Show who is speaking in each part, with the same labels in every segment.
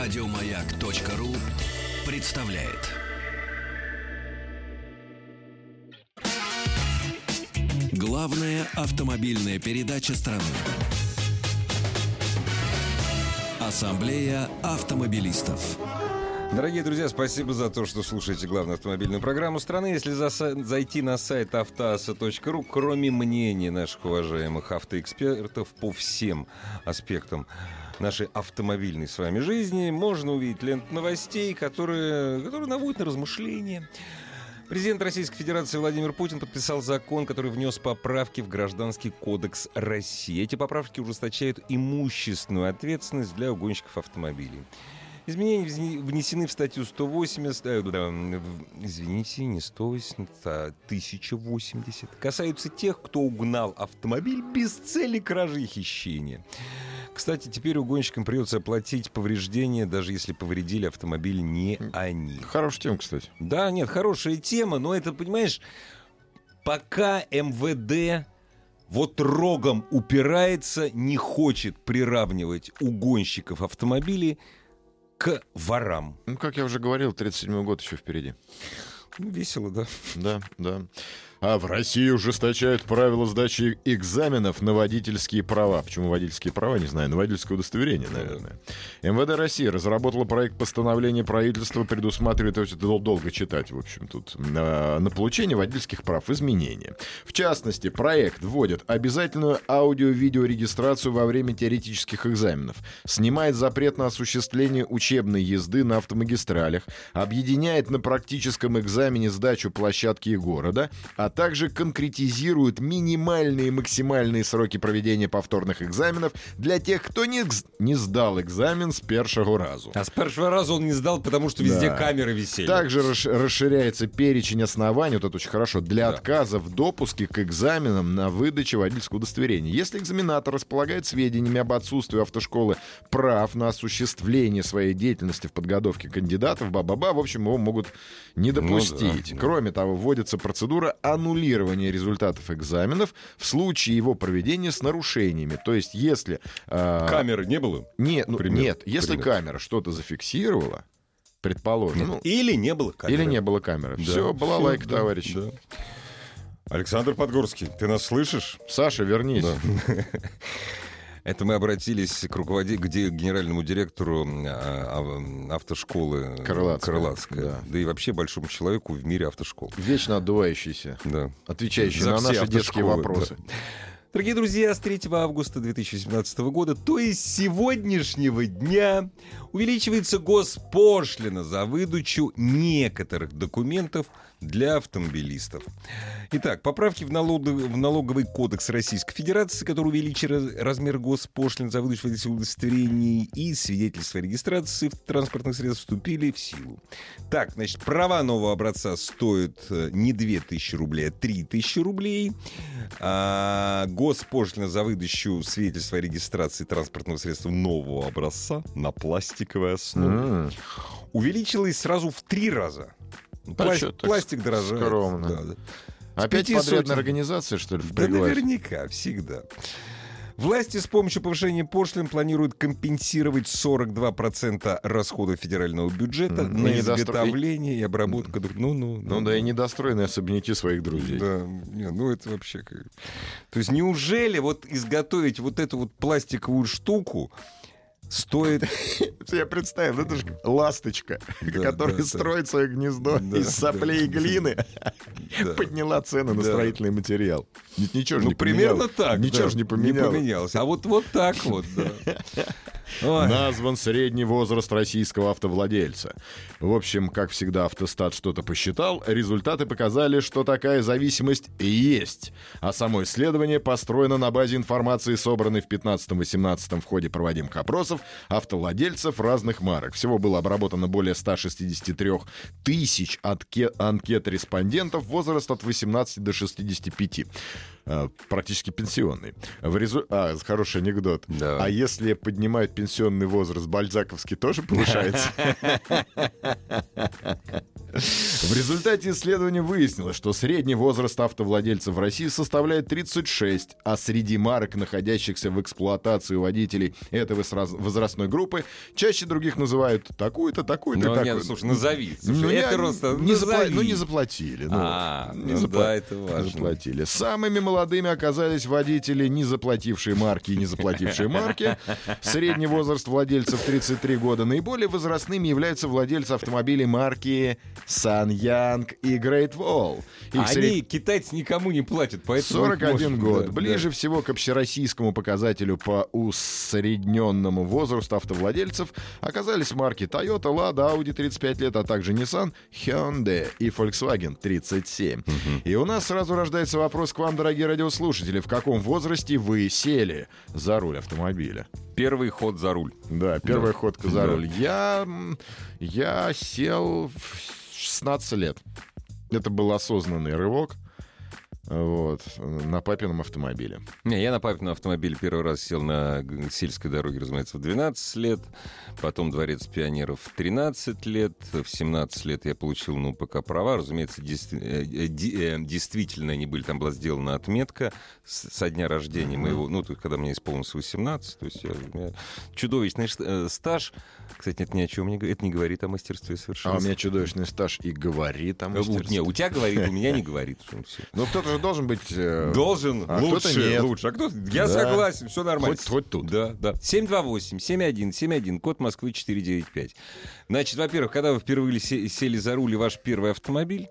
Speaker 1: Радиомаяк.ру представляет. Главная автомобильная передача страны. Ассамблея автомобилистов.
Speaker 2: Дорогие друзья, спасибо за то, что слушаете главную автомобильную программу страны. Если заса- зайти на сайт автоаса.ру, кроме мнений наших уважаемых автоэкспертов по всем аспектам нашей автомобильной с вами жизни, можно увидеть лент новостей, которые, которые наводят на размышления. Президент Российской Федерации Владимир Путин подписал закон, который внес поправки в Гражданский кодекс России. Эти поправки ужесточают имущественную ответственность для угонщиков автомобилей. Изменения вз- внесены в статью 180, э, да, в- извините, не 180, а 1080. Касаются тех, кто угнал автомобиль без цели кражи и хищения. Кстати, теперь угонщикам придется оплатить повреждения, даже если повредили автомобиль не они.
Speaker 3: Хорошая тема, кстати.
Speaker 2: Да, нет, хорошая тема, но это, понимаешь, пока МВД вот рогом упирается, не хочет приравнивать угонщиков автомобилей к ворам.
Speaker 3: Ну, как я уже говорил, 37-й год еще впереди.
Speaker 2: Ну, весело, да.
Speaker 3: Да, да. А в России ужесточают правила сдачи экзаменов на водительские права. Почему водительские права, не знаю, на водительское удостоверение, наверное. МВД России разработала проект постановления правительства, предусматривает, то есть это дол- долго читать, в общем, тут, на, на получение водительских прав изменения. В частности, проект вводит обязательную аудио-видеорегистрацию во время теоретических экзаменов, снимает запрет на осуществление учебной езды на автомагистралях, объединяет на практическом экзамене сдачу площадки и города, а также конкретизирует минимальные и максимальные сроки проведения повторных экзаменов для тех, кто не, экз- не сдал экзамен с первого разу.
Speaker 2: А с первого раза он не сдал, потому что везде
Speaker 3: Да.
Speaker 2: камеры висели.
Speaker 3: Также расш- расширяется перечень оснований, вот это очень хорошо, для
Speaker 2: Да.
Speaker 3: отказа в допуске к экзаменам на выдаче водительского удостоверения. Если экзаменатор располагает сведениями об отсутствии у автошколы прав на осуществление своей деятельности в подготовке кандидатов, ба-ба-ба, в общем, его могут не
Speaker 2: Ну да,
Speaker 3: допустить.
Speaker 2: да.
Speaker 3: Кроме того, вводится процедура аннулирования результатов экзаменов в случае его проведения с нарушениями. То есть, если... а,
Speaker 2: Камеры не было?
Speaker 3: Нет, ну,
Speaker 2: Например,
Speaker 3: нет, если
Speaker 2: например.
Speaker 3: камера что-то зафиксировала, предположим, ну,
Speaker 2: Или не было камеры.
Speaker 3: или не было камеры.
Speaker 2: Да.
Speaker 3: Все, была
Speaker 2: Всё,
Speaker 3: лайк,
Speaker 2: да,
Speaker 3: товарищи.
Speaker 2: да. Александр Подгорский, ты нас слышишь?
Speaker 3: Саша, вернись.
Speaker 2: Да. Это мы обратились к руководи... к де- генеральному директору а, а, автошколы
Speaker 3: Крылатская.
Speaker 2: Крылатская. Да.
Speaker 3: Да.
Speaker 2: и вообще большому человеку в мире автошкол.
Speaker 3: Вечно отдувающийся,
Speaker 2: Да.
Speaker 3: отвечающий
Speaker 2: За
Speaker 3: на
Speaker 2: все
Speaker 3: наши детские
Speaker 2: автошколы,
Speaker 3: вопросы.
Speaker 2: Дорогие друзья, с 3 августа 2017 года, то есть с сегодняшнего дня, увеличивается госпошлина за выдачу некоторых документов для автомобилистов. Итак, поправки в, налог- в налоговый кодекс Российской Федерации, который увеличил раз- размер госпошлин за выдачу водительских удостоверений и свидетельства о регистрации в транспортных средств вступили в силу. Так, значит, права нового образца стоят э, не 2000 рублей, а 3000 рублей. А, госпошлина за выдачу свидетельства о регистрации транспортного средства нового образца на пластиковой основе
Speaker 3: М,
Speaker 2: увеличилась сразу в три раза. Ну,
Speaker 3: Да
Speaker 2: пласт-
Speaker 3: чё так
Speaker 2: пластик дорожает.
Speaker 3: скромно.
Speaker 2: Да, да.
Speaker 3: Опять
Speaker 2: пяти сотен.
Speaker 3: подрядная организация, что ли,
Speaker 2: Да
Speaker 3: впряглась?
Speaker 2: наверняка, всегда. Власти с помощью повышения пошлин планируют компенсировать 42% расходов федерального бюджета
Speaker 3: Мгм.
Speaker 2: на
Speaker 3: И недостро-
Speaker 2: изготовление и обработку. друг- Ну, ну,
Speaker 3: Ну да, и недостроенные особняки своих друзей.
Speaker 2: Да, не, ну это вообще... как- То есть неужели вот изготовить вот эту вот пластиковую штуку стоит...
Speaker 3: Это Я представил, это же ласточка,
Speaker 2: Да,
Speaker 3: которая
Speaker 2: да, да.
Speaker 3: строит свое гнездо
Speaker 2: Да,
Speaker 3: из соплей и
Speaker 2: да.
Speaker 3: глины,
Speaker 2: Да.
Speaker 3: подняла цены на
Speaker 2: Да.
Speaker 3: строительный материал. Ведь Ничего же
Speaker 2: Ну,
Speaker 3: не
Speaker 2: примерно
Speaker 3: поменялось.
Speaker 2: так.
Speaker 3: Ничего
Speaker 2: да.
Speaker 3: же не поменялось.
Speaker 2: Не поменялось. А вот, вот так вот, да. Ой.
Speaker 3: Назван средний возраст российского автовладельца. В общем, как всегда, автостат что-то посчитал. Результаты показали, что такая зависимость есть. А само исследование построено на базе информации, собранной в 15-18 в ходе проводимых опросов автовладельцев разных марок. Всего было обработано более 163 тысяч отке- анкет респондентов возраст от 18 до 65. Э, Практически пенсионный. В резу- а, хороший анекдот.
Speaker 2: Да.
Speaker 3: А если поднимают пенсионный возраст, бальзаковский тоже повышается? В результате исследования выяснилось, что средний возраст автовладельцев в России составляет 36, а среди марок, находящихся в эксплуатации у водителей этой возра- возрастной группы, чаще других называют такую-то, такую-то,
Speaker 2: Ну,
Speaker 3: такую-то.
Speaker 2: нет, слушай, назови.
Speaker 3: Ну,
Speaker 2: Слушай,
Speaker 3: я
Speaker 2: это просто
Speaker 3: не запла-
Speaker 2: назови.
Speaker 3: ну, не заплатили. ну,
Speaker 2: А,
Speaker 3: не
Speaker 2: ну
Speaker 3: запла-
Speaker 2: да, это
Speaker 3: не
Speaker 2: важно.
Speaker 3: заплатили. Самыми молодыми оказались водители, не заплатившие марки и не заплатившие марки. Средний возраст владельцев 33 года. Наиболее возрастными являются владельцы автомобилей марки Сан Янг и Great Wall. Их
Speaker 2: А
Speaker 3: сред-
Speaker 2: Они, китайцы, никому не платят, поэтому... их
Speaker 3: 41
Speaker 2: можно,
Speaker 3: год.
Speaker 2: да,
Speaker 3: Ближе
Speaker 2: да.
Speaker 3: всего к общероссийскому показателю по усредненному возрасту автовладельцев оказались марки Toyota, Lada, Audi 35 лет, а также Nissan, Hyundai и Volkswagen 37. И у нас сразу рождается вопрос к вам, дорогие радиослушатели. В каком возрасте вы сели за руль автомобиля?
Speaker 2: Первый ход за руль.
Speaker 3: Да, первая ходка
Speaker 2: Да.
Speaker 3: за руль. Я, м, я сел в 16 лет. Это был осознанный рывок. Вот, на папином автомобиле. А
Speaker 2: Не, я на папином автомобиле первый раз сел на г- сельской дороге, разумеется, в 12 лет. Потом дворец пионеров в 13 лет. В 17 лет я получил, ну, пока права. Разумеется, дес- э, э, ди- э, действительно они были. Там была сделана отметка с- со дня рождения моего. Ну, то есть, когда мне исполнилось 18. То есть, я- у меня чудовищный ш- э, стаж. Кстати, это ни о чем не, г- это не говорит о мастерстве
Speaker 3: А
Speaker 2: совершенно.
Speaker 3: у меня чудовищный стаж и говорит там.
Speaker 2: Э, у- Не, у тебя говорит, у меня не говорит. в том числе.
Speaker 3: Ну, кто-то же должен быть... э,
Speaker 2: Должен,
Speaker 3: а кто-то
Speaker 2: лучше,
Speaker 3: нет.
Speaker 2: лучше. А кто? Я
Speaker 3: Да.
Speaker 2: согласен, все нормально.
Speaker 3: Хоть- хоть тут.
Speaker 2: Да, да. 728-7171, код Москвы 495. Значит, во-первых, когда вы впервые се- сели за руль и ваш первый автомобиль,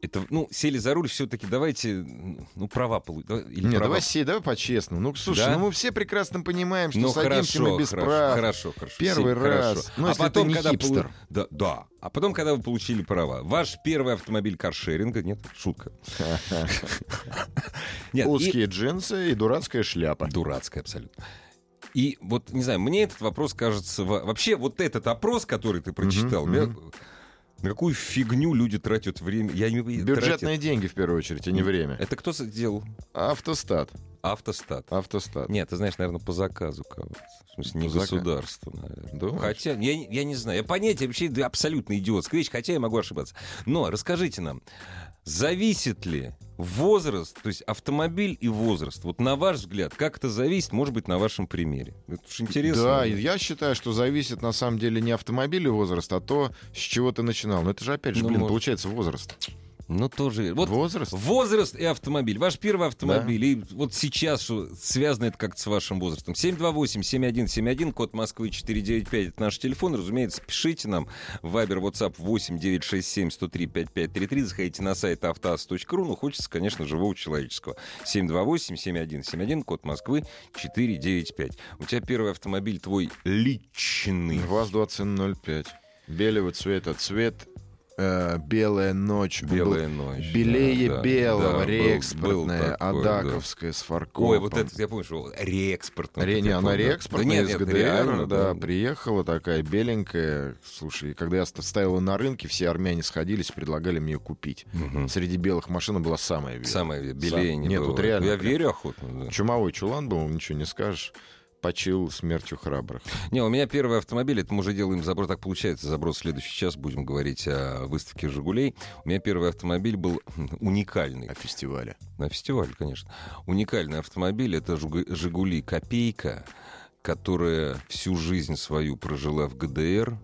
Speaker 2: это, ну, сели за руль все-таки давайте, ну, права получить.
Speaker 3: Нет, давай сей, давай по-честному. Ну, слушай,
Speaker 2: Да?
Speaker 3: ну мы все прекрасно понимаем, что
Speaker 2: Ну,
Speaker 3: садимся
Speaker 2: хорошо,
Speaker 3: мы без
Speaker 2: хорошо,
Speaker 3: прав.
Speaker 2: хорошо, хорошо.
Speaker 3: Первый
Speaker 2: Сень,
Speaker 3: раз. Ну, если ты не
Speaker 2: когда
Speaker 3: хипстер.
Speaker 2: полу- Да, да. А потом, когда вы получили права, ваш первый автомобиль каршеринга, нет, шутка. Нет, и-
Speaker 3: Узкие джинсы и дурацкая шляпа.
Speaker 2: Дурацкая абсолютно. И вот, не знаю, мне этот вопрос кажется... во- Вообще, вот этот опрос, который ты прочитал,
Speaker 3: Мгм,
Speaker 2: я- на какую фигню люди тратят время? Я не
Speaker 3: Бюджетные
Speaker 2: тратят.
Speaker 3: деньги, в первую очередь, а не время.
Speaker 2: Это кто сделал?
Speaker 3: Автостат.
Speaker 2: Автостат.
Speaker 3: Автостат.
Speaker 2: Нет, ты знаешь, наверное, по заказу кого-то. В смысле, не
Speaker 3: По заказу.
Speaker 2: государство, наверное.
Speaker 3: Думаешь?
Speaker 2: Хотя, я, не- я не знаю. Я понятие вообще да, абсолютно идиотская вещь, хотя я могу ошибаться. Но расскажите нам, зависит ли возраст, то есть автомобиль и возраст, вот на ваш взгляд, как это зависит, может быть, на вашем примере? Это уж интересно.
Speaker 3: Да, я считаю, что зависит на самом деле не автомобиль и возраст, а то, с чего ты начинал. Но это же опять же,
Speaker 2: Ну,
Speaker 3: блин,
Speaker 2: может.
Speaker 3: получается возраст.
Speaker 2: Ну, тоже. Вот
Speaker 3: Возраст?
Speaker 2: возраст и автомобиль. Ваш первый автомобиль. И вот сейчас что, связано это как-то с вашим возрастом. 728-7171, код Москвы 495. Это наш телефон. Разумеется, пишите нам. Вайбер, WhatsApp 8967-103-5533. Заходите на сайт автоаз.ру. Ну, хочется, конечно, живого человеческого. 728-7171, код Москвы 495. У тебя первый автомобиль твой личный.
Speaker 3: ВАЗ-2105. Белого цвета. Цвет э, белая ночь. Он был
Speaker 2: Белая ночь.
Speaker 3: Белее
Speaker 2: Да, да,
Speaker 3: белого,
Speaker 2: да, был- был
Speaker 3: реекспортная,
Speaker 2: такой, да.
Speaker 3: адаковская, с фаркопом.
Speaker 2: Ой, вот это я помню, что реэкспортная.
Speaker 3: Ре- не, она реэкспортная,
Speaker 2: нет,
Speaker 3: из
Speaker 2: нет,
Speaker 3: ГДР,
Speaker 2: реально,
Speaker 3: да,
Speaker 2: да.
Speaker 3: приехала такая беленькая. Слушай, и когда я ст- ставила на рынке, все армяне сходились, предлагали мне ее купить.
Speaker 2: Мгм.
Speaker 3: Среди белых машин была самая белая.
Speaker 2: Самое белее
Speaker 3: Сам-
Speaker 2: не
Speaker 3: Нет,
Speaker 2: бывает.
Speaker 3: вот реально.
Speaker 2: Я
Speaker 3: прям.
Speaker 2: верю охотно. да.
Speaker 3: Чумовой чулан был, ничего не скажешь. Почил смертью храбрых.
Speaker 2: Не, у меня первый автомобиль, это мы уже делаем заброс, так получается, заброс в следующий час, будем говорить о выставке «Жигулей». У меня первый автомобиль был уникальный.
Speaker 3: О фестивале.
Speaker 2: На фестиваль, конечно. Уникальный автомобиль — это «Жигу- «Жигули Копейка», которая всю жизнь свою прожила в ГДР,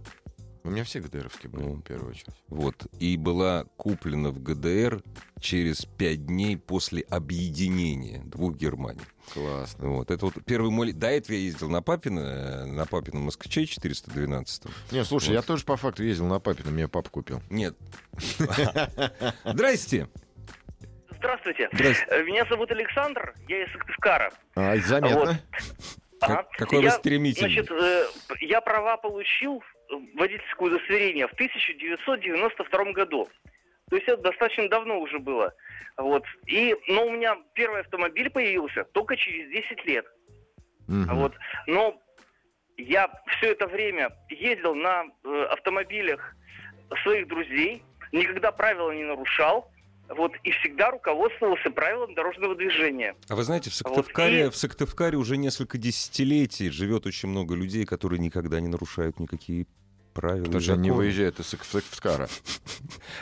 Speaker 3: У меня все ГДРовские были,
Speaker 2: Ну.
Speaker 3: в первую очередь.
Speaker 2: Вот. И была куплена в ГДР через пять дней после объединения двух Германий.
Speaker 3: Классно.
Speaker 2: Вот. Это вот первый мой... До этого я ездил на Папина, э, на Папина москвичей 412
Speaker 3: Не, слушай,
Speaker 2: Вот.
Speaker 3: я тоже по факту ездил на папина, меня папа купил.
Speaker 2: Нет. Здрасте.
Speaker 4: Здравствуйте.
Speaker 2: Здрасте.
Speaker 4: Э, Меня зовут Александр, я из Сыктывкара.
Speaker 3: А, заметно.
Speaker 4: Ага.
Speaker 2: Как- какой вы
Speaker 4: А, я,
Speaker 2: стремительный.
Speaker 4: Значит, э, я права получил э, водительское удостоверение в 1992 году. То есть это достаточно давно уже было. Вот. И, но у меня первый автомобиль появился только через 10 лет.
Speaker 3: Мгм.
Speaker 4: Вот. Но я все это время ездил на э, автомобилях своих друзей, никогда правила не нарушал, вот, и всегда руководствовался правилом дорожного движения.
Speaker 2: А вы знаете, в
Speaker 4: вот
Speaker 2: Сыктывкаре,
Speaker 4: и-
Speaker 2: в Сыктывкаре уже несколько десятилетий живет очень много людей, которые никогда не нарушают никакие правила
Speaker 3: Потому
Speaker 2: и
Speaker 3: что они не
Speaker 2: законы.
Speaker 3: выезжают из Сык- Сыктывкара.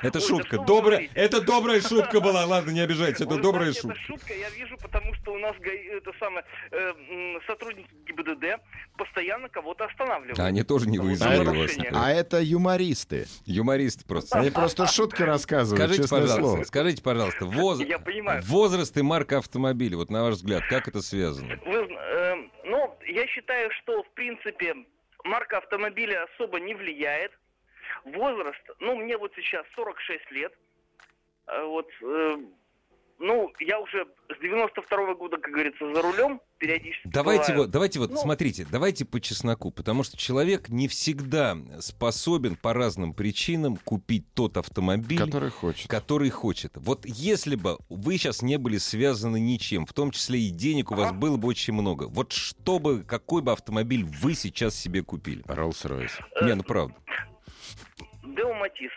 Speaker 2: Это
Speaker 4: Ой, да
Speaker 2: шутка.
Speaker 4: что вы
Speaker 2: добрая,
Speaker 4: говорите?
Speaker 2: это добрая шутка была. Ладно, не обижайтесь. Это
Speaker 4: Вы
Speaker 2: добрая
Speaker 4: знаете,
Speaker 2: шутка.
Speaker 4: Это шутка, я вижу, потому что у нас га- это самое, э, м, сотрудники ГИБДД постоянно кого-то останавливают.
Speaker 2: А они тоже не
Speaker 4: За
Speaker 2: выездные у вас.
Speaker 4: нарушение.
Speaker 2: А,
Speaker 3: А это юмористы.
Speaker 2: Юмористы просто.
Speaker 3: Они просто шутки рассказывают,
Speaker 2: Скажите,
Speaker 3: честное
Speaker 2: пожалуйста,
Speaker 3: слово.
Speaker 2: скажите, пожалуйста, воз-
Speaker 4: Я понимаю.
Speaker 2: возраст и марка автомобиля, вот на ваш взгляд, как это связано?
Speaker 4: Вы зн- эм, ну, я считаю, что, в принципе, марка автомобиля особо не влияет. Возраст, ну, мне вот сейчас 46 лет. Э, Вот, эм, ну, я уже с 92 года, как говорится, за рулем периодически
Speaker 2: Давайте
Speaker 4: бываю.
Speaker 2: вот, давайте вот,
Speaker 4: Ну.
Speaker 2: смотрите, давайте по чесноку, потому что человек не всегда способен по разным причинам купить тот автомобиль,
Speaker 3: Который хочет.
Speaker 2: который хочет. Вот если бы вы сейчас не были связаны ничем, в том числе и денег у вас
Speaker 4: Ага.
Speaker 2: было бы очень много, вот что бы, какой бы автомобиль вы сейчас себе купили?
Speaker 3: Роллс-Ройс.
Speaker 4: Э,
Speaker 2: Не, ну правда.
Speaker 4: Део Матис.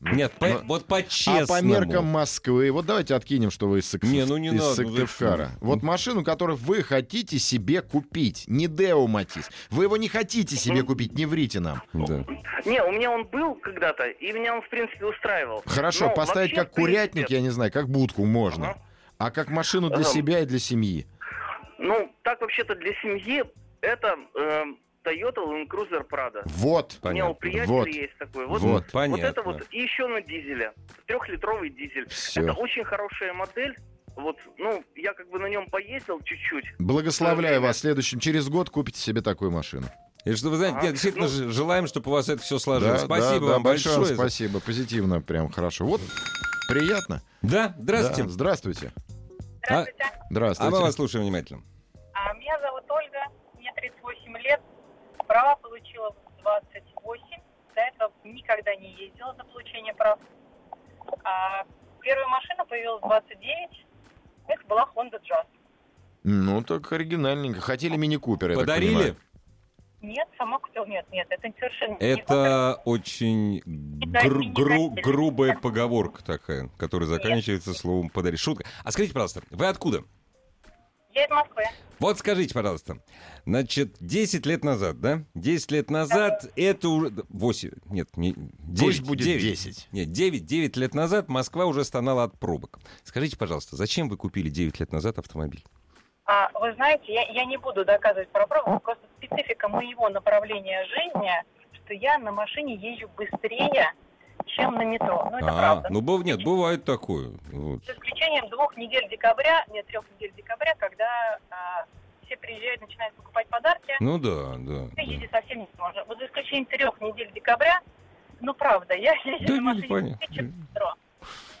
Speaker 2: Нет, по-
Speaker 3: ну,
Speaker 2: вот по-честному.
Speaker 3: А по меркам Москвы, вот давайте откинем, что вы из, Сык-
Speaker 2: Не, ну не
Speaker 3: из
Speaker 2: надо, ну
Speaker 3: Сыктывкара.
Speaker 2: зачем?
Speaker 3: Вот машину, которую вы хотите себе купить, не Део Матис. Вы его не хотите себе
Speaker 4: Ну,
Speaker 3: купить, не врите нам.
Speaker 2: Да.
Speaker 4: Не, у меня он был когда-то, и меня он, в принципе, устраивал.
Speaker 3: Хорошо,
Speaker 4: Но
Speaker 3: поставить
Speaker 4: ну,
Speaker 3: как
Speaker 4: вообще, в принципе,
Speaker 3: курятник, я не знаю, как будку можно.
Speaker 4: Ага.
Speaker 3: А как машину для
Speaker 4: Ага.
Speaker 3: себя и для семьи.
Speaker 4: Ну, так вообще-то для семьи это эм, Toyota Land Cruiser Prado.
Speaker 3: Вот.
Speaker 4: У меня
Speaker 2: Понятно.
Speaker 4: у приятеля
Speaker 3: Вот.
Speaker 4: есть такой.
Speaker 2: Вот,
Speaker 4: Вот,
Speaker 3: Вот.
Speaker 4: вот,
Speaker 2: понятно.
Speaker 4: это вот. И еще на дизеле. Трехлитровый дизель.
Speaker 3: Всё.
Speaker 4: Это очень хорошая модель. Вот, ну, я как бы на нем поездил чуть-чуть.
Speaker 3: Благословляю вас. Следующим через год купите себе такую машину.
Speaker 2: И что вы знаете,
Speaker 4: Ага.
Speaker 2: нет, действительно
Speaker 4: Ну-
Speaker 2: же- желаем, чтобы у вас это все сложилось.
Speaker 3: Да,
Speaker 2: спасибо
Speaker 3: да, да,
Speaker 2: вам большое. за-
Speaker 3: спасибо. Позитивно, прям хорошо. Вот приятно.
Speaker 2: Да, здравствуйте.
Speaker 3: Да, здравствуйте.
Speaker 5: Здравствуйте.
Speaker 2: А
Speaker 3: Здравствуйте.
Speaker 2: мы вас слушаем внимательно.
Speaker 5: А, Меня зовут Ольга, мне 38 лет. Права получила в 28. До этого никогда не ездила за получение прав. А, Первая машина появилась в 29. Это была Honda Jazz.
Speaker 3: Ну, так оригинальненько. Хотели мини-купер, я так
Speaker 2: А Подарили?
Speaker 3: понимаю.
Speaker 5: Нет, сама купила. Нет, нет, ну, это совершенно не Honda.
Speaker 2: Это очень гру- гру- грубая поговорка такая, которая заканчивается словом «подари». Шутка. А скажите, пожалуйста, вы откуда?
Speaker 5: Я из Москвы.
Speaker 2: Вот скажите, пожалуйста, значит, 10 лет назад, да? 10 лет назад это уже... 8, нет, не, 9,
Speaker 3: Пусть будет 10.
Speaker 2: Нет, 9, 9 лет назад Москва уже стонала от пробок. Скажите, пожалуйста, зачем вы купили 9 лет назад автомобиль?
Speaker 5: А, вы знаете, я, я не буду доказывать про право, просто специфика моего направления жизни, что я на машине езжу быстрее, чем на метро. Ну, это
Speaker 2: а,
Speaker 5: правда.
Speaker 2: ну, быв- нет, бывает такое. Вот.
Speaker 5: За исключением двух недель декабря, нет, трех недель декабря, когда а, все приезжают, начинают покупать подарки,
Speaker 2: Ну да, да.
Speaker 5: ты
Speaker 2: да.
Speaker 5: едешь совсем не сможешь. Вот за исключением трех недель декабря, ну правда, я езжу
Speaker 2: Да,
Speaker 5: на машине
Speaker 2: ну, понятно.
Speaker 5: быстрее, чем в метро.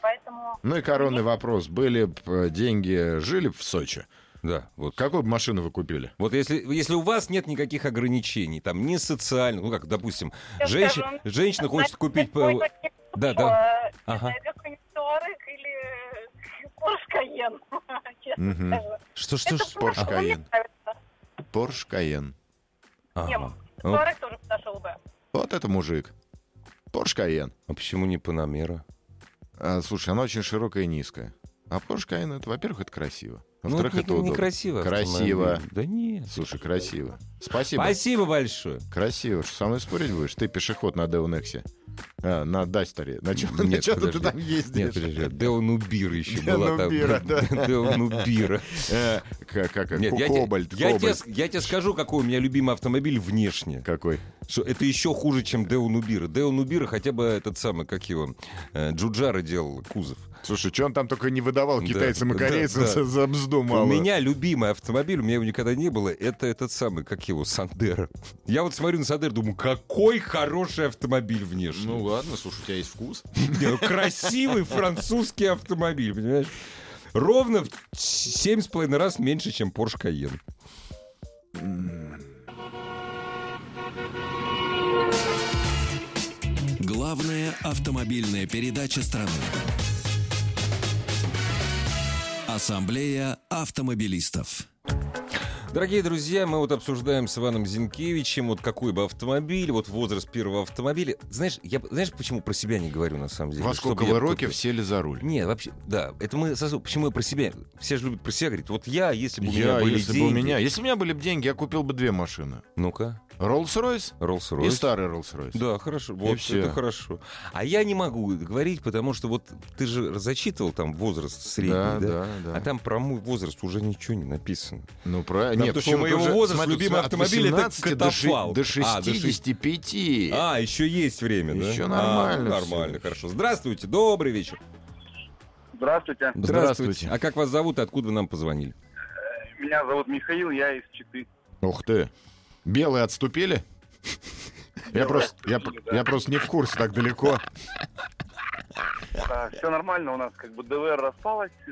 Speaker 5: Поэтому
Speaker 3: Ну и коронный вопрос. Были б э, деньги, жили б в Сочи.
Speaker 2: Да, вот.
Speaker 3: Какую бы машину вы купили?
Speaker 2: Вот если, если у вас нет никаких ограничений, там, ни социальных, ну, как, допустим,
Speaker 5: Я
Speaker 2: женщина,
Speaker 5: скажу, ну,
Speaker 2: женщина хочет
Speaker 5: значит,
Speaker 2: купить...
Speaker 5: мой
Speaker 2: по-
Speaker 5: пакет
Speaker 2: Да,
Speaker 5: лучше,
Speaker 2: да.
Speaker 5: э,
Speaker 2: Ага.
Speaker 5: Это какой-нибудь или э, Porsche Cayenne, честно
Speaker 3: Мгм.
Speaker 5: скажу.
Speaker 2: Что, что,
Speaker 5: Это
Speaker 2: что?
Speaker 3: Porsche
Speaker 5: просто, ну, мне
Speaker 3: Cayenne.
Speaker 5: нравится.
Speaker 3: Порш Каен.
Speaker 2: Ага.
Speaker 5: Нет,
Speaker 2: Ну,
Speaker 5: Touareg тоже подошел бы.
Speaker 3: Вот это мужик. Порш Каен.
Speaker 2: А почему не Панамера?
Speaker 3: А, слушай, она очень широкая и низкая. А Порш Каен, это, во-первых, это красиво.
Speaker 2: Ну,
Speaker 3: Во-вторых,
Speaker 2: это
Speaker 3: это
Speaker 2: не-
Speaker 3: удобно.
Speaker 2: некрасиво.
Speaker 3: Красиво.
Speaker 2: автомобиль. Да нет.
Speaker 3: Слушай, красиво. Спасибо.
Speaker 2: Спасибо большое.
Speaker 3: Красиво. Что, со мной спорить будешь? Ты пешеход на Деонексе. А, на Дастере. На чем
Speaker 2: Нет,
Speaker 3: Ну, ты
Speaker 2: подожди.
Speaker 3: там ездишь?
Speaker 2: Нет, подожди, а Деонубира еще
Speaker 3: Деон
Speaker 2: была там.
Speaker 3: Убира, да.
Speaker 2: Деонубира.
Speaker 3: Э, Как, как,
Speaker 2: Нет, я, те-
Speaker 3: кобальт,
Speaker 2: я те- я
Speaker 3: кобальт.
Speaker 2: тебе, скажу, какой у меня любимый автомобиль внешне.
Speaker 3: Какой?
Speaker 2: Что это еще хуже, чем Деонубира. Деонубира хотя бы этот самый, как его, э, Джуджара делал кузов.
Speaker 3: Слушай, что он там только не выдавал
Speaker 2: Да,
Speaker 3: китайцам и
Speaker 2: да,
Speaker 3: корейцам
Speaker 2: да.
Speaker 3: за, за мзду мало.
Speaker 2: У меня любимый автомобиль, у меня его никогда не было, это этот самый, как его, Сандера. Я вот смотрю на Сандер, думаю, какой хороший автомобиль внешне.
Speaker 3: Ну ладно, слушай, у тебя есть вкус.
Speaker 2: Не, ну, красивый французский автомобиль, понимаешь? Ровно в семь с половиной раз меньше, чем Porsche Cayenne.
Speaker 1: Главная автомобильная передача страны. Ассамблея автомобилистов.
Speaker 2: Дорогие друзья, мы вот обсуждаем с Иваном Зинкевичем, вот какой бы автомобиль, вот возраст первого автомобиля. Знаешь, я знаешь, почему про себя не говорю на самом деле?
Speaker 3: Во сколько
Speaker 2: Чтобы я
Speaker 3: вы рокев
Speaker 2: тут-
Speaker 3: сели за руль?
Speaker 2: Не, вообще, да. Это мы сразу- Почему я про себя? Все же любят про себя говорить. Вот я, если бы у меня
Speaker 3: Я,
Speaker 2: были
Speaker 3: если бы
Speaker 2: деньги...
Speaker 3: у меня... Если бы у меня были бы деньги, я купил бы две машины.
Speaker 2: Ну-ка.
Speaker 3: Роллс-Ройс? И
Speaker 2: Роллс-Ройс.
Speaker 3: старый Роллс-Ройс.
Speaker 2: Да, хорошо. Вот,
Speaker 3: всё.
Speaker 2: это хорошо. А я не могу говорить, потому что вот ты же зачитывал там возраст средний,
Speaker 3: да,
Speaker 2: да?
Speaker 3: да, да.
Speaker 2: А там про мой возраст уже ничего не написано.
Speaker 3: Ну, правильно.
Speaker 2: Там то, что моего возраста любимый автомобиль это
Speaker 3: до, ши-
Speaker 2: катафалк.
Speaker 3: до
Speaker 2: А, до ши-
Speaker 3: 65.
Speaker 2: А, еще есть время, да?
Speaker 3: Ещё
Speaker 2: А,
Speaker 3: нормально
Speaker 2: нормально,
Speaker 3: всё.
Speaker 2: хорошо. Здравствуйте, добрый вечер.
Speaker 6: Здравствуйте,
Speaker 3: Здравствуйте.
Speaker 2: А как вас зовут и откуда вы нам позвонили?
Speaker 6: меня зовут Михаил, я из Читы.
Speaker 3: Ух ты. Белые отступили? Я просто, я,
Speaker 6: отступили,
Speaker 3: я просто не в курсе так далеко.
Speaker 6: все нормально у нас, как бы ДВР распалась, э,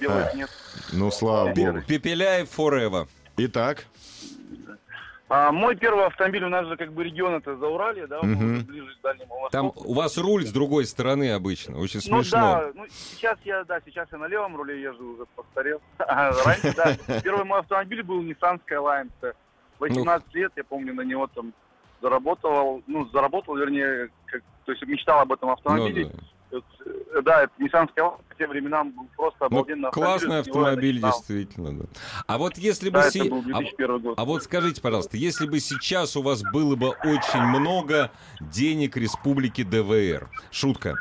Speaker 6: белых нет.
Speaker 3: Ну, слава богу.
Speaker 6: Белый.
Speaker 2: Пепеляев Форева.
Speaker 3: Итак,
Speaker 6: А мой первый автомобиль, у нас же как бы регион это Зауралье, да, он
Speaker 3: Мгм.
Speaker 6: уже ближе к Дальнему Востоку.
Speaker 2: Там у вас руль с другой стороны обычно. Очень
Speaker 6: Ну
Speaker 2: смешно.
Speaker 6: да, ну сейчас я, да, сейчас я на левом руле езжу, уже постарел. А Раньше, да, первый мой автомобиль был Nissan Skyline. Т. 18 лет, я помню, на него там заработал, ну, заработал, вернее, как- то есть мечтал об этом
Speaker 2: Ну
Speaker 6: автомобиле.
Speaker 2: да.
Speaker 6: Вот, э, Да, это Nissan Skyline по тем временам был просто
Speaker 2: Ну,
Speaker 6: обалденно.
Speaker 2: классный автомобиль, действительно. да. А вот если бы...
Speaker 6: Да,
Speaker 2: се-
Speaker 6: это был
Speaker 2: а-
Speaker 6: 2001 год.
Speaker 2: А вот скажите, пожалуйста, если бы сейчас у вас было бы очень много денег Республики ДВР, шутка,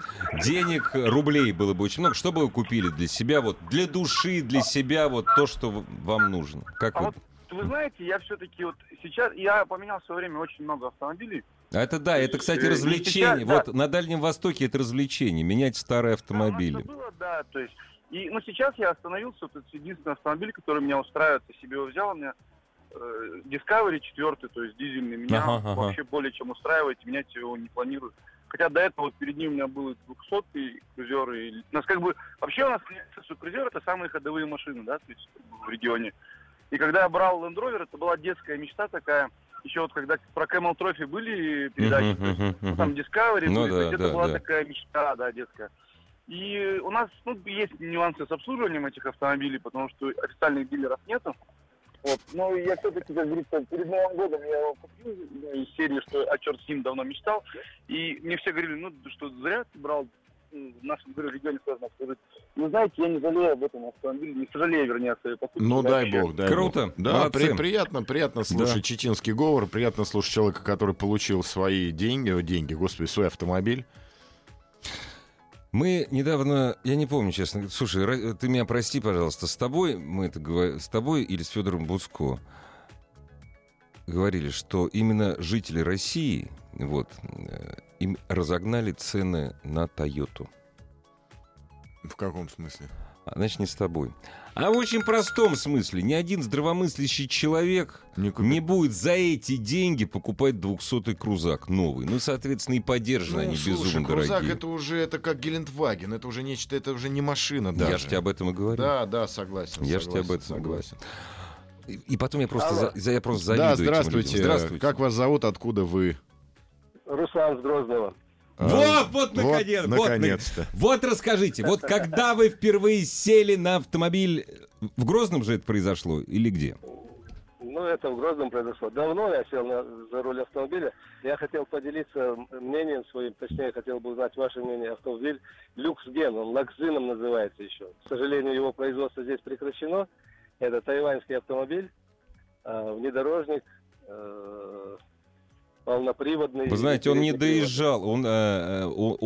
Speaker 2: денег, рублей было бы очень много, что бы вы купили для себя, вот для души, для себя, вот то, что в- вам нужно? Как
Speaker 6: А
Speaker 2: вы...
Speaker 6: вот Вы знаете, я все-таки вот сейчас, я поменял в свое время очень много автомобилей.
Speaker 2: А это да, это, кстати,
Speaker 6: Э,
Speaker 2: развлечение.
Speaker 6: сейчас, да.
Speaker 2: Вот на Дальнем Востоке это развлечение, менять старые
Speaker 6: Да,
Speaker 2: автомобили.
Speaker 6: у нас это было, да, то есть. И, ну, сейчас я остановился, вот это единственный автомобиль, который меня устраивает, я себе его взял, у меня э, Discovery 4, то есть дизельный, меня
Speaker 2: Ага, ага.
Speaker 6: вообще более чем устраивает, и менять его не планирую. Хотя до этого вот перед ним у меня был и 200 крузер, и у нас как бы... Вообще у нас крузер это самые ходовые машины, да, то есть как бы, в регионе. И когда я брал Land Rover, это была детская мечта такая, еще вот когда про Camel Trophy были передачи, то
Speaker 2: Мгм,
Speaker 6: есть
Speaker 2: мгм, мгм.
Speaker 6: Ну, там Discovery,
Speaker 2: Ну
Speaker 6: были, то есть
Speaker 2: да,
Speaker 6: это
Speaker 2: да,
Speaker 6: была
Speaker 2: да.
Speaker 6: такая мечта, да, детская. И у нас ну, есть нюансы с обслуживанием этих автомобилей, потому что официальных дилеров нету. Вот. Но я все-таки, как говорится, перед Новым годом я его купил ну, из серии, что «А черт с ним» давно мечтал. И мне все говорили, ну, что зря ты брал м, в нашем говорю, регионе сложно обслужить. Вы знаете, я не жалею об этом автомобиле, не сожалею, вернее, о своей покупке.
Speaker 3: ну
Speaker 6: Да,
Speaker 3: дай
Speaker 6: вообще.
Speaker 3: бог, дай
Speaker 2: Круто,
Speaker 3: бог. Да,
Speaker 2: молодцы.
Speaker 3: при- приятно, приятно слушать
Speaker 2: Да.
Speaker 3: чеченский говор, приятно слушать человека, который получил свои деньги, о, деньги, господи, свой автомобиль.
Speaker 2: Мы недавно, я не помню, честно, говоря, слушай, Ра- ты меня прости, пожалуйста, с тобой, мы это говор- с тобой или с Федором Буцко говорили, что именно жители России, вот, э, им разогнали цены на Тойоту.
Speaker 3: В каком смысле?
Speaker 2: А, Значит, не с тобой. А в очень простом смысле, ни один здравомыслящий человек
Speaker 3: Не купи-
Speaker 2: не будет за эти деньги покупать 200-й крузак новый. Ну, соответственно, и поддержаны
Speaker 3: Ну,
Speaker 2: они
Speaker 3: слушай,
Speaker 2: безумно
Speaker 3: крузак
Speaker 2: дорогие.
Speaker 3: это уже это как Гелендваген, это уже нечто, это уже не машина даже.
Speaker 2: Я же тебе об этом и говорю.
Speaker 3: Да, да, согласен.
Speaker 2: Я ж тебе об
Speaker 3: согласен,
Speaker 2: этом говорю. И, и потом я просто,
Speaker 6: Алло.
Speaker 2: за- за- я просто завидую
Speaker 3: Да,
Speaker 2: этим людям.
Speaker 3: здравствуйте.
Speaker 2: Здравствуйте.
Speaker 3: Как вас зовут, откуда вы?
Speaker 6: Руслан с Гроздова.
Speaker 2: Вот, вот,
Speaker 3: А,
Speaker 2: наконец, вот,
Speaker 3: наконец-то.
Speaker 2: Вот расскажите, вот когда вы впервые сели на автомобиль, в Грозном же это произошло или где?
Speaker 7: Ну, это в Грозном произошло. Давно я сел на- за руль автомобиля. Я хотел поделиться мнением своим, точнее, хотел бы узнать ваше мнение. Автомобиль Люксген, он Лакзином называется еще. К сожалению, его производство здесь прекращено. Это тайваньский автомобиль, э, внедорожник, э, полноприводный.
Speaker 2: Вы знаете, он не
Speaker 7: переднеприводный.
Speaker 2: доезжал, он, э, э, он,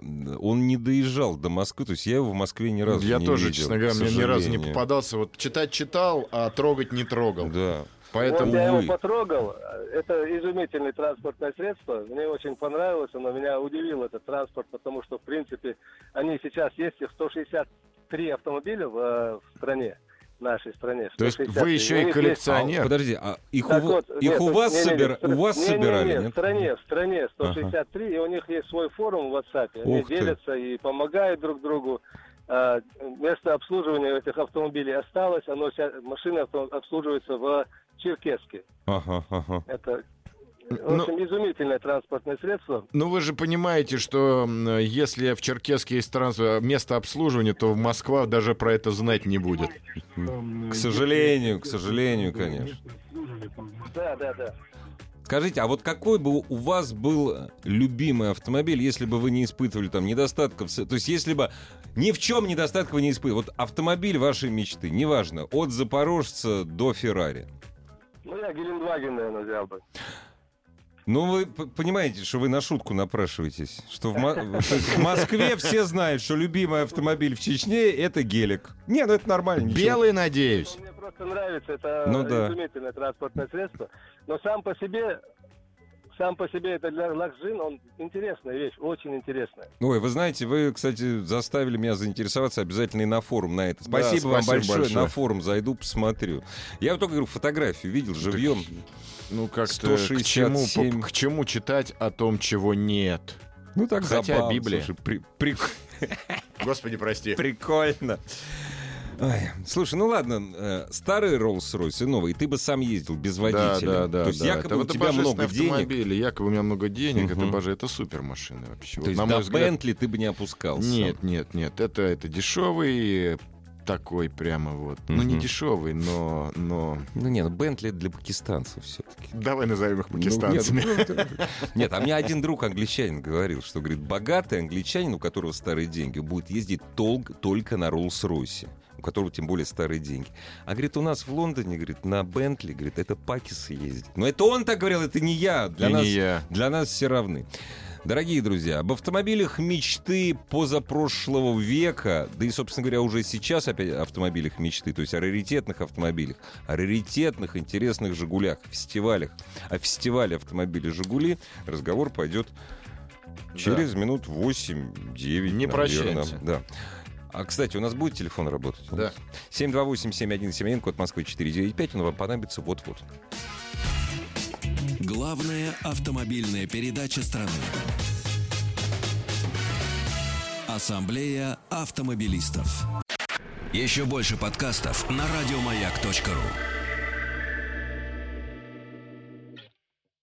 Speaker 2: он, он не доезжал до Москвы, то есть я его в Москве ни разу
Speaker 3: Я
Speaker 2: не
Speaker 3: тоже,
Speaker 2: видел,
Speaker 3: честно
Speaker 2: к
Speaker 3: говоря, мне ни разу не
Speaker 2: сожалению.
Speaker 3: попадался. Вот читать читал, а трогать не трогал.
Speaker 2: Да.
Speaker 3: Поэтому
Speaker 7: Вот я
Speaker 2: увы.
Speaker 7: его потрогал. Это изумительное транспортное средство. Мне очень понравилось, но меня удивил этот транспорт, потому что, в принципе, они сейчас есть, их 163 автомобиля в, э, в стране, в нашей стране.
Speaker 3: То есть
Speaker 7: 163.
Speaker 3: вы еще
Speaker 7: У
Speaker 3: и
Speaker 7: них есть-
Speaker 2: А,
Speaker 3: коллекционер.
Speaker 2: подожди, а их,
Speaker 7: Так
Speaker 2: у,
Speaker 7: вот,
Speaker 2: их
Speaker 7: нет,
Speaker 2: у вас,
Speaker 7: не-не-не,
Speaker 2: собира-
Speaker 7: в стра-
Speaker 2: у вас
Speaker 7: не-не-не,
Speaker 2: собирали, нет?
Speaker 7: В стране, в стране 163, и у них есть свой форум в WhatsApp. Они
Speaker 2: Ух ты.
Speaker 7: делятся и помогают друг другу. А, место обслуживания этих автомобилей осталось, оно вся, машина авто- обслуживается в Черкесске.
Speaker 2: Ага, ага.
Speaker 7: Это
Speaker 3: Ну-
Speaker 7: очень изумительное транспортное средство.
Speaker 3: Ну вы же понимаете, что м, если в Черкеске есть транс- э, место обслуживания, то в Москва даже про это знать не будет.
Speaker 2: К сожалению, к сожалению, конечно.
Speaker 7: Да, да, да.
Speaker 2: Скажите, а вот какой бы у вас был любимый автомобиль, если бы вы не испытывали там недостатков? с- То есть, если бы ни в чем недостатка вы не испытывали. Вот автомобиль вашей мечты, неважно, от Запорожца до Феррари.
Speaker 7: Ну, я Гелендваген, наверное, взял бы.
Speaker 2: Ну, вы п- понимаете, что вы на шутку напрашиваетесь. Что в, Мо- то есть в Москве все знают, что любимый автомобиль в Чечне — это гелик. Не, ну это нормально. ничего.
Speaker 3: Белый, надеюсь.
Speaker 7: Ну, Мне просто нравится, это
Speaker 2: Ну да.
Speaker 7: изумительное транспортное средство. Но сам по себе, сам по себе это для лакжин, он интересная вещь, очень интересная.
Speaker 2: Ой, вы знаете, вы, кстати, заставили меня заинтересоваться обязательно и на форум на это.
Speaker 3: Да,
Speaker 2: Спасибо, вам
Speaker 3: спасибо
Speaker 2: большое.
Speaker 3: большое.
Speaker 2: На форум зайду, посмотрю. Я вот только говорю, фотографию видел живьем.
Speaker 3: Ну, как-то к
Speaker 2: 167.
Speaker 3: чему, поп- к чему читать о том, чего нет?
Speaker 2: Ну так
Speaker 3: Хотя
Speaker 2: забавно.
Speaker 3: Библия.
Speaker 2: Слушай, при- при-
Speaker 3: Господи, прости.
Speaker 2: прикольно. Ой, слушай, ну ладно, э, старый Rolls-Royce и новый, ты бы сам ездил без
Speaker 3: Да,
Speaker 2: водителя.
Speaker 3: да, да.
Speaker 2: То есть
Speaker 3: да.
Speaker 2: якобы
Speaker 3: Это
Speaker 2: у
Speaker 3: вот
Speaker 2: тебя
Speaker 3: божественные
Speaker 2: много денег.
Speaker 3: автомобили, якобы у меня много денег, это
Speaker 2: Мгм.
Speaker 3: боже, это супер машины вообще.
Speaker 2: То
Speaker 3: Вот
Speaker 2: есть
Speaker 3: на
Speaker 2: до
Speaker 3: мой взгляд,
Speaker 2: Бентли ты бы не опускался.
Speaker 3: Нет, нет, нет. Это, это дешевый такой прямо вот. Ну, не
Speaker 2: Мгм.
Speaker 3: дешевый, но, но...
Speaker 2: Ну нет, Бентли для пакистанцев все-таки.
Speaker 3: Давай назовем их
Speaker 2: Ну, Нет, ну, нет, а мне один друг англичанин говорил, что, говорит, богатый англичанин, у которого старые деньги, будет ездить толк- только на Роллс-Ройсе, у которого тем более старые деньги. А, говорит, у нас в Лондоне, говорит, на Бентли, говорит, это пакисы ездят. Но это он так говорил, это не я. Для,
Speaker 3: И
Speaker 2: нас,
Speaker 3: не я.
Speaker 2: для нас все равны. Дорогие друзья, об автомобилях мечты позапрошлого века, да и, собственно говоря, уже сейчас опять о автомобилях мечты, то есть о раритетных автомобилях, о раритетных интересных «Жигулях», фестивалях, о фестивале автомобилей «Жигули» разговор пойдет через минут 8-9.
Speaker 3: Не прощаемся.
Speaker 2: Да. А, кстати, у нас будет телефон работать?
Speaker 3: Да.
Speaker 2: 728-7171, код Москвы 495, он вам понадобится вот-вот.
Speaker 1: Главная автомобильная передача страны. Ассамблея автомобилистов. Еще больше подкастов на радиомаяк.ру.